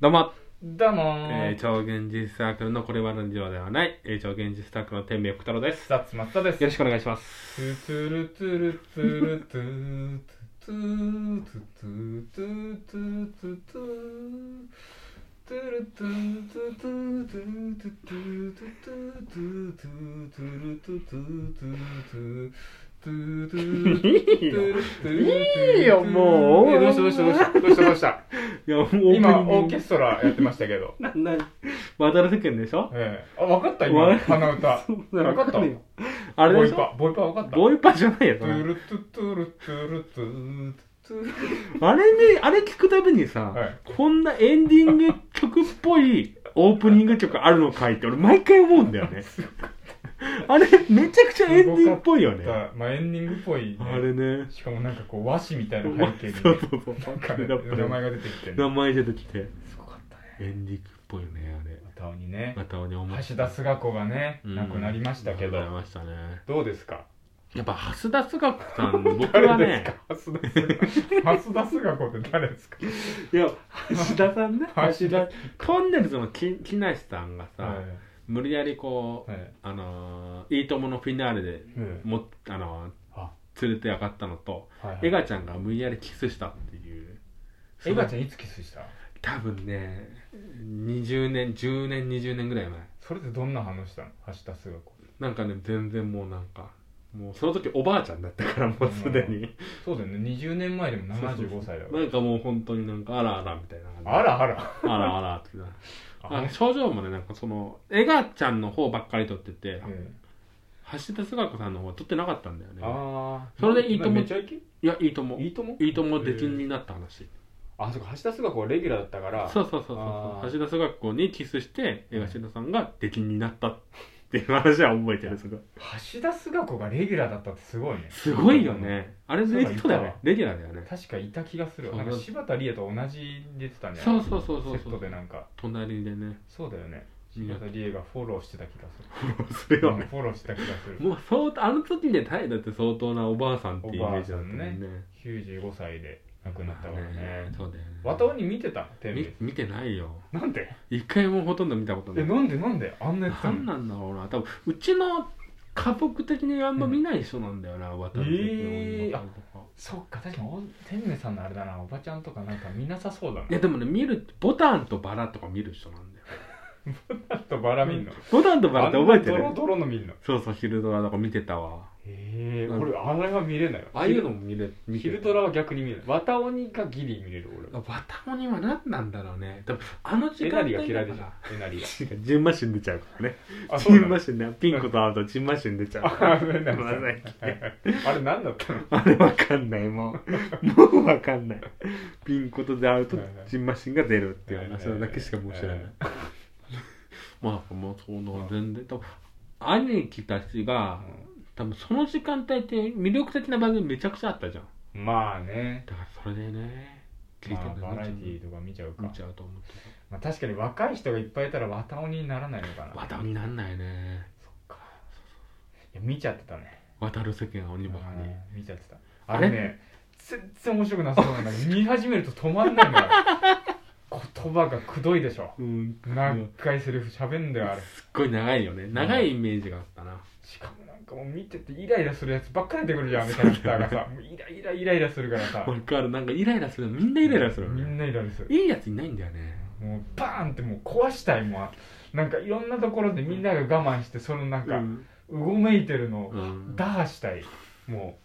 どうも、どうもえー、。ー超現実サークルのこれはラジオではない、えー、超現実サークルの天命福太郎です。 よさつまったです。ろしくお願いします。トゥトゥルトゥルトゥルトゥトゥトゥトゥトゥトゥトゥトゥトゥルトゥトゥトゥトゥトゥトゥトゥトゥトゥトゥトゥトゥトゥトゥトゥトゥトゥトゥいいよもうえどうしたどうしたどうしたどうしたどうしたいや、もうオープニング今オーケストラやってましたけど。な、な、渡る世間でしょええあ、わかった今、鼻歌。わそうなのかったわるよあれでしボイょパ、ボイパわかったボイパじゃないよ、そトゥれ。ルトゥトゥルトゥルトゥトゥあれね、あれ聞くたびにさ、はいこんなエンディング曲っぽいオープニング曲あるのかいって俺毎回思うんだよ ね。あれ、めちゃくちゃエンディングっぽいよね。だまあエンディングっぽい、ね、あれね。しかもなんかこう和紙みたいな背景に、そうそうそう。なんかね名前が出てきてね 名前出てきて。すごかったねエンディングっぽいね、あれ。歌尾にねまた俺思橋田壽賀子がね、うん亡くなりましたけどなりましたね。どうですかやっぱ、蓮田須賀子さん、僕は 誰ですねか、橋田壽賀橋田壽賀子って誰ですかいや、橋田さんね、 橋橋田田、トンネルズの木木梨さんがさ、はい無理やりこう、はいあのー、いいとものフィナーレでうんも、あのあー、連れて上がったのと、はいはいエガちゃんが無理やりキスしたっていう。エガちゃんゃんいつキスした多分ね、20年、10年、20年ぐらい前。それでどんな話したの橋田壽賀子なんかね、全然もうなんか、もうその時おばあちゃんだったから、もうすでに。そうだよね20年前でも75歳だかならんかもう本当になんか、あらあらみたいな感じ。あらあらあらあらってな。ああ症状もね、なんかその、エガちゃんの方ばっかり撮ってて、うん橋田壽賀子さんの方は撮ってなかったんだよね。ああそれでいいともめちゃイケいや、いいとも。いいともいいとも出禁になった話。あそうか橋田壽賀子はレギュラーだったからそうそうそうあそう。ー橋田壽賀子にキスして、江頭さんが出禁になったっていう話は覚えてる、すごい。橋田壽賀子がレギュラーだったってすごいねすごいよね。あれ、そうレだギュラーだよね。レギュラーだよね。確かいた気がするそうなんか柴田理恵と同じ出てたんじゃないそうそうそうそうそうセットでなんか隣でね。そうだよねうん柴田理恵がフォローしてた気がするそれはうんね。フォローしてた気がするもう相当、あの時でタイだって相当なおばあさんっていうイメージだったもんね。 95歳で亡くなったからねねそうだよね。渡尾に見てたテレみビ見てないよ。なんで一回もほとんど見たことなえい。なんでなんであんなやつなんなんだろうな。多分、うちの家族的にあんま見ない人なんだよな、渡辺えーとか。そっか確かにお天明さんのあれだなおばちゃんとかなんか見なさそうだないやでもね見るボタンとバラとか見る人なんだよあとバラ見んのボ タンとバラって覚えてあんるなドロドロの見んのそうそう昼ドラとか見てたわへえうん俺あれは見れないわああいうのも見れ見て昼ドラは逆に見れない綿鬼がギリ見れる俺はバタモニは何なんだろうね多分あの時え間な帯りだからが嫌いでしょえなり が違うジンマシン出ちゃうからねあジンなのマシンねピンクと青とジンマシン出ちゃうからあごめんなさいごめんなさいあれ何だ ったのあれわかんないもうもうわかんないピンクと青とジンマシンが出るっていう話だけしかもう知らないまあもうその全然多分兄貴たちが、多分その時間帯って魅力的な番組めちゃくちゃあったじゃんまあねだからそれでね聞いてまあるバラエティーとか見ちゃうか見ちゃうと思ってまあ確かに若い人がいっぱいいたら綿鬼にならないのかな渡るになんないねそっかいや見ちゃってたね渡る世間は鬼ばかりうん見ちゃってたああれれね全然面白くなさそうなんだけど見始めると止まんないんだ よ言葉がくどいでしょうん何回セリフ喋んだよあれすっごい長いよね長いイメージがあったな、しかもなんかもう見ててイライラするやつばっかり出てくるじゃんキャラクターがさもうイライライライラするからさわかるなんかイライラするみんなイライラするよみんね なイライラするいいやついないんだよねもうバーンってもう壊したいもうなんかいろんなところでみんなが我慢してそのなんうかんうごめいてるのをうん打破したいも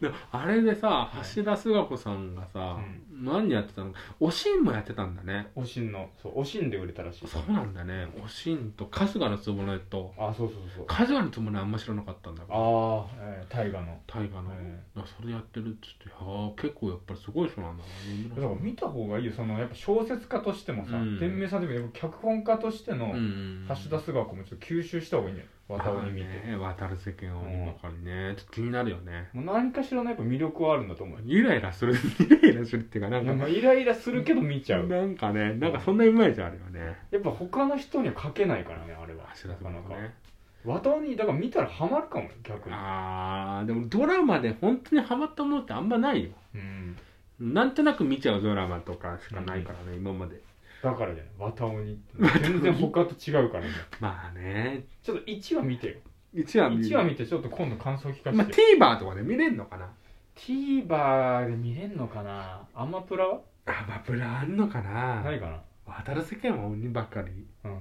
であれでさ橋田壽賀子さんがさ、何やってたのおしんもやってたんだねうおしんのそうおしんで売れたらしいそうなんだねおしんと春日のつぼねとあそうそうそうカジュアルともねあんま知らなかったんだからああ、えー、大河の大河の、えあそれやってるっつってああ結構やっぱりすごい人なんだだなから見た方がいいよそのやっぱ小説家としてもさ、うん天明さんでもやっぱ脚本家としてのうん橋田壽賀子もちょっと吸収した方がいいんだよ綿鬼見て、ね渡る世間をばかりねちょっと気になるよねもう何かしらのやっぱ魅力はあるんだと思うよイライラするイライラするっていうかなんなかんかイライラするけど見ちゃう、なんかねなんかそんなイメージあるよねやっぱ他の人には書けないからねあれは橋田なさかなんかもね綿鬼だから見たらハマるかもよ逆にああでもドラマで本当にハマったものってあんまないようんなんとなく見ちゃうドラマとかしかないからね、今までだからじゃない綿 鬼って全然他と違うからねまあねちょっと1話見 てよ1話見1話見てちょっと今度感想聞かまあ、せてよ TVer とかで見れんのかな TVer で見れんのかなアマプラはアマプラあんのかなないか渡る世間は鬼ばっかりなうん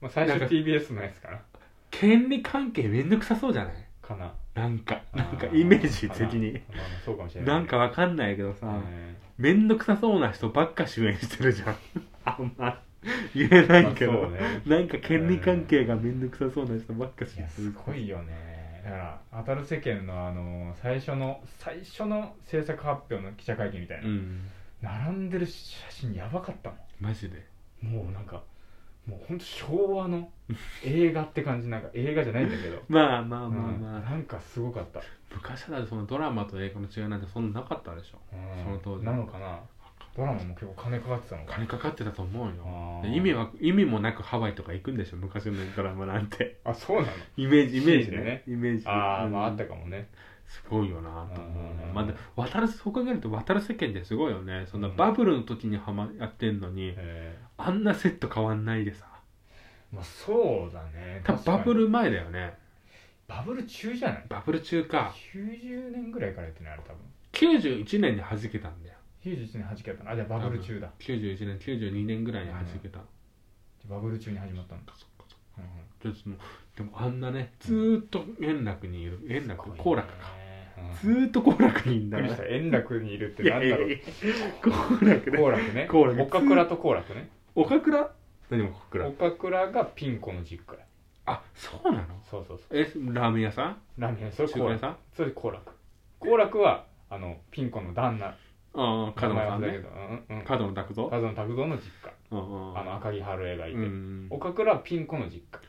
まあ最初なんか TBS のやつかな権利関係めんどくさそうじゃないかななんかなんかあイメージ的にかなまあまあそうかもしれないなんかわかんないけどさ、うんめんどくさそうな人ばっか主演してるじゃん あんま言えないけど、まあそうねなんか権利関係がめんどくさそうな人ばっかい主や演すするごいよねだから当たる世間のあの最初の最初の制作発表の記者会見みたいな、うん並んでる写真やばかったもマジでんもうなんかもうほんと昭和の映画って感じなんか映画じゃないんだけどまあ まあうまあんまあ、なんかすごかった、昔だってそのドラマと映画の違いなんてそんななかったでしょうんその当時なのかなドラマも結構金かかってたのかな金かかってたと思うよあでー意味は意味もなくハワイとか行くんでしょ昔のドラマなんてあそうなのイメージイメージシーズンでねねイメージああまあうあっんたかもねすごいよなと思うねうんまあで渡るそう考えると渡る世間ってすごいよねそんなうんバブルの時にはまやってんのに、えあんなセット変わんないでさーまあそうだね多分確かバにブル前だよねバブル中じゃないバブル中か90年ぐらいからやってないあれ多分91年に弾けたんだよ91年弾けたのあじゃあバブル中だ91年92年ぐらいに弾けた、バブル中に始まったんだ、そっかそっかうんうん、でそのでもあんなねずーっと円楽にいる円楽好楽かずずっーっと好楽にいんとだびっくなりした円楽にいるっていやないんだやろいうや好楽ね好楽ね好楽岡倉と好楽ね岡倉何も岡倉岡倉がピン子の実家やあそうなのそうそうそえラーメン屋さんうラーメン屋それ中華好屋楽さんあそれ好楽好楽はあのピン子の旦那あ角野さん名前忘ねれたけどうんうん角野拓三角野拓三の実家うんうんあの赤木春江がいて、うん岡倉はピン子の実家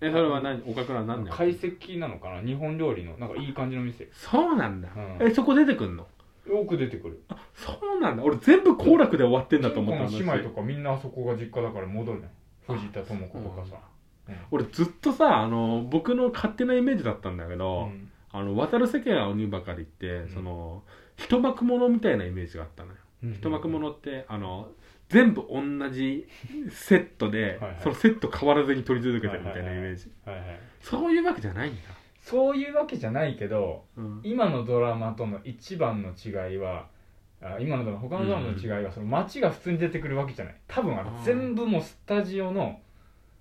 えそれは何岡倉は何だよ懐石なのかな日本料理のなんかいい感じの店そうなんだうんえそこ出てくんのよく出てくるあそうなんだ俺全部好楽で終わってんだと思ったピン子の姉妹かとかみんなあそこが実家だから戻るね藤田智子とかさ俺ずっとさあの僕の勝手なイメージだったんだけうどんあの渡る世間は鬼ばかりって、んその一幕ものみたいなイメージがあったのよ、うん一幕ものってあの全部同じセットではいはいそのセット変わらずに撮り続けてるみたいなイメージ、はいはいそういうわけじゃないんだ、そういうわけじゃないけどうん今のドラマとの一番の違いはあ今のドラマ他のドラマの違いはその街が普通に出てくるわけじゃない多分あれあー全部もうスタジオの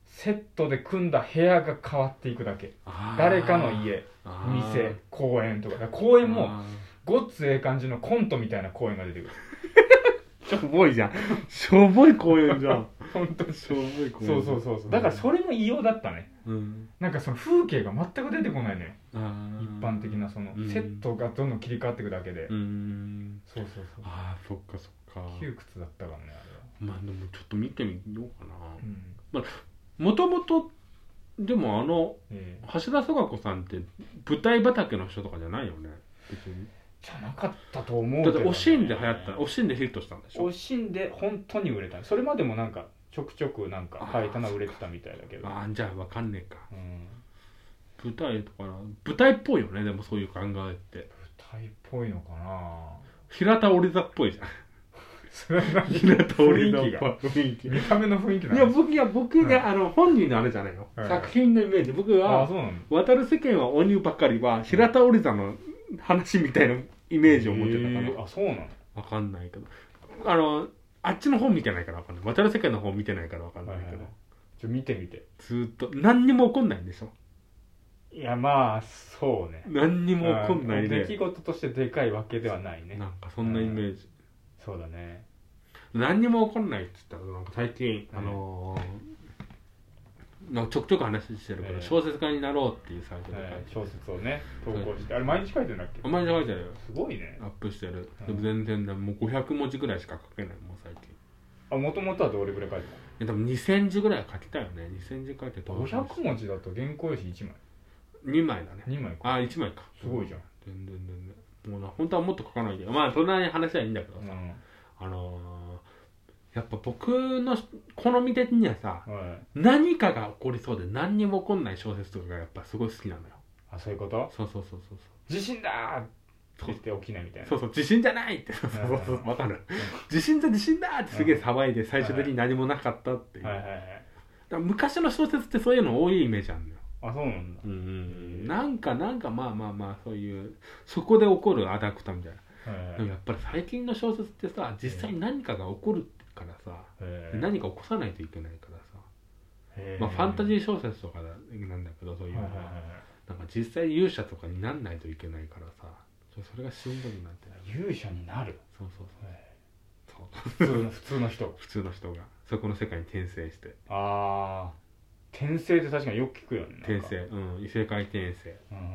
セットで組んだ部屋が変わっていくだけあー誰かの家あー店公園とかだから公園もあごっつええ感じのコントみたいな公園が出て くるーしょぼいじゃんしょぼい公園じゃん本当にしょぼい公園そうそうそうそうだからそれも異様だったねうんなんかその風景が全く出てこないねあー一般的なそのうんセットがどんどん切り替わっていくだけで、うんそうそうそうああそっかそっか窮屈だったからねあれは、まあでもちょっと見てみようかなうんもともとでもあのええ橋田壽賀子さんって舞台畑の人とかじゃないよね別にじゃなかったと思だうけってど、おしんで流行ったおしんでヒットしたんでしょおしんで本当に売れたそれまでもなんかちょくちょくなんあかー書いたのは売れてたみたいだけど、ああじゃあわかんねえかうん、舞台とかな舞台っぽいよねでもそういう考えって舞台っぽいのかな 平田織座っぽいじゃんそれは何 平田織座っ雰囲気ぽいが 雰囲気見た目の雰囲気ないのや僕いや僕が、うんあの本人のあれじゃないよ、はい作品のイメージ僕ああはそうなんだ渡る世間は鬼ばかりは平田織座の話みたいなイメージを持ってたから、ええあそうなのわかんないけどあのあっちの方見てないからわかんない渡る世界の方見てないからわかんないけど、はいはいはいちょ見てみてずーっと何にも起こんないんでしょいやまあそうね何にも起こんない出来で事としてでかいわけではないねなんかそんなイメージ、そうだね何にも起こんないって言ったらなんか最近、はいあのーなんかちょくちょく話してるけど、ええ小説家になろうっていうサイトで書いてはいる、小説をね投稿してあれ毎日書いてるんだっけあんまり書いてるよすごいねアップしてる、はいでも全然ねもう500文字ぐらいしか書けないもう最近あもともとはどれぐらい書いてえ多分2000字ぐらいは書きたいよね2000字書いてた500文字だと原稿用紙1枚2枚だね2枚かあ1枚かすごいじゃん全然全然もうな本当はもっと書かないけどまあそんなに話はいいんだけどうさ、んあのーやっぱ僕の好み的にはさはい何かが起こりそうで何にも起こんない小説とかがやっぱすごい好きなのよあそういうことそうそうそうそう地震だーそう決して起きないみたいなそうそう地震じゃないってそうはいそうそうわかるうん地震だ地震だってすげえ騒いで最終的に何もなかったっていう、はいはいはいだから昔の小説ってそういうの多いイメージあるのよあそうなんだうんうんなんかなんかまあまあまあそういうそこで起こるアダクタみたいな、はいはいでもやっぱり最近の小説ってさ実際に何かが起こるからさ、へー何か起こさないといけないからさ、へーまあ、ファンタジー小説とかなんだけどそういうのはは、いはいはいはいなんか実際勇者とかになんないといけないからさちょそれがしんどくなって勇者 になるそうそうそうそう普通の普通の人普通の人がそこの世界に転生してああ転生って確かによく聞くよねなんか転生うん異世界転生うんうん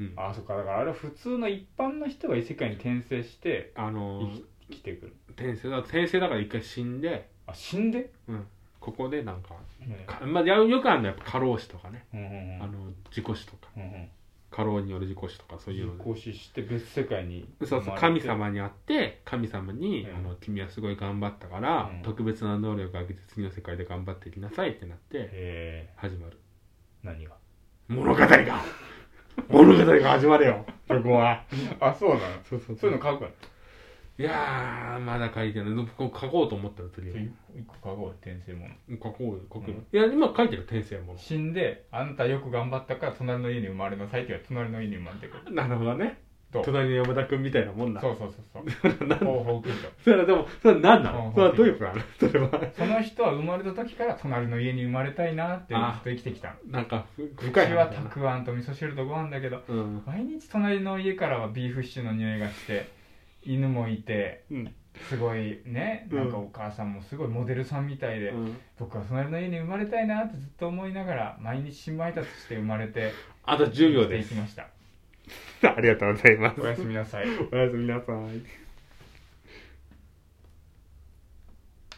うんうんあそっかだからあれは普通の一般の人が異世界に転生してあのー生きてくる転生だ転生だから一回死んであ死んで、うんここでなんかねかまあ、やよくあるのはやっぱ過労死とかね、うんうんうんあの事故死とかうんうん過労による事故死とかそういうので行使して別世界にそうそう神様に会って神様に、うんあの「君はすごい頑張ったから、うん特別な能力を上げて次の世界で頑張っていきなさい」ってなってえ始まるー、何が 物語が 物語が始まるよそこは あそうなのそうそうそそうういいううのの書くのいやーまだ書いてないでこう書こうと思ったら次一個一個書こう転生もの書こうよ書くよ、いや今書いてる転生も死んであんたよく頑張ったから隣の家に生まれなさいって言うから隣の家に生まれてくるのなるほどねどう隣の山田君みたいなもん だそうそうそうそうそれは何方法でしょそれはでもそれは何なうんのそれはどういうことなのそれはその人は生まれた時から隣の家に生まれたいなってずっと生きてきたのなんかふう深いちは話だたなくあんと味噌汁とご飯だけどうん毎日隣の家からはビーフシチューの匂いがして犬もいてうんすごいねうんなんかお母さんもすごいモデルさんみたいで、うん僕は隣の家に生まれたいなってずっと思いながら毎日新聞配達して生まれてあと10秒生できてすいきました ありがとうございますおやすみなさいおやすみなさい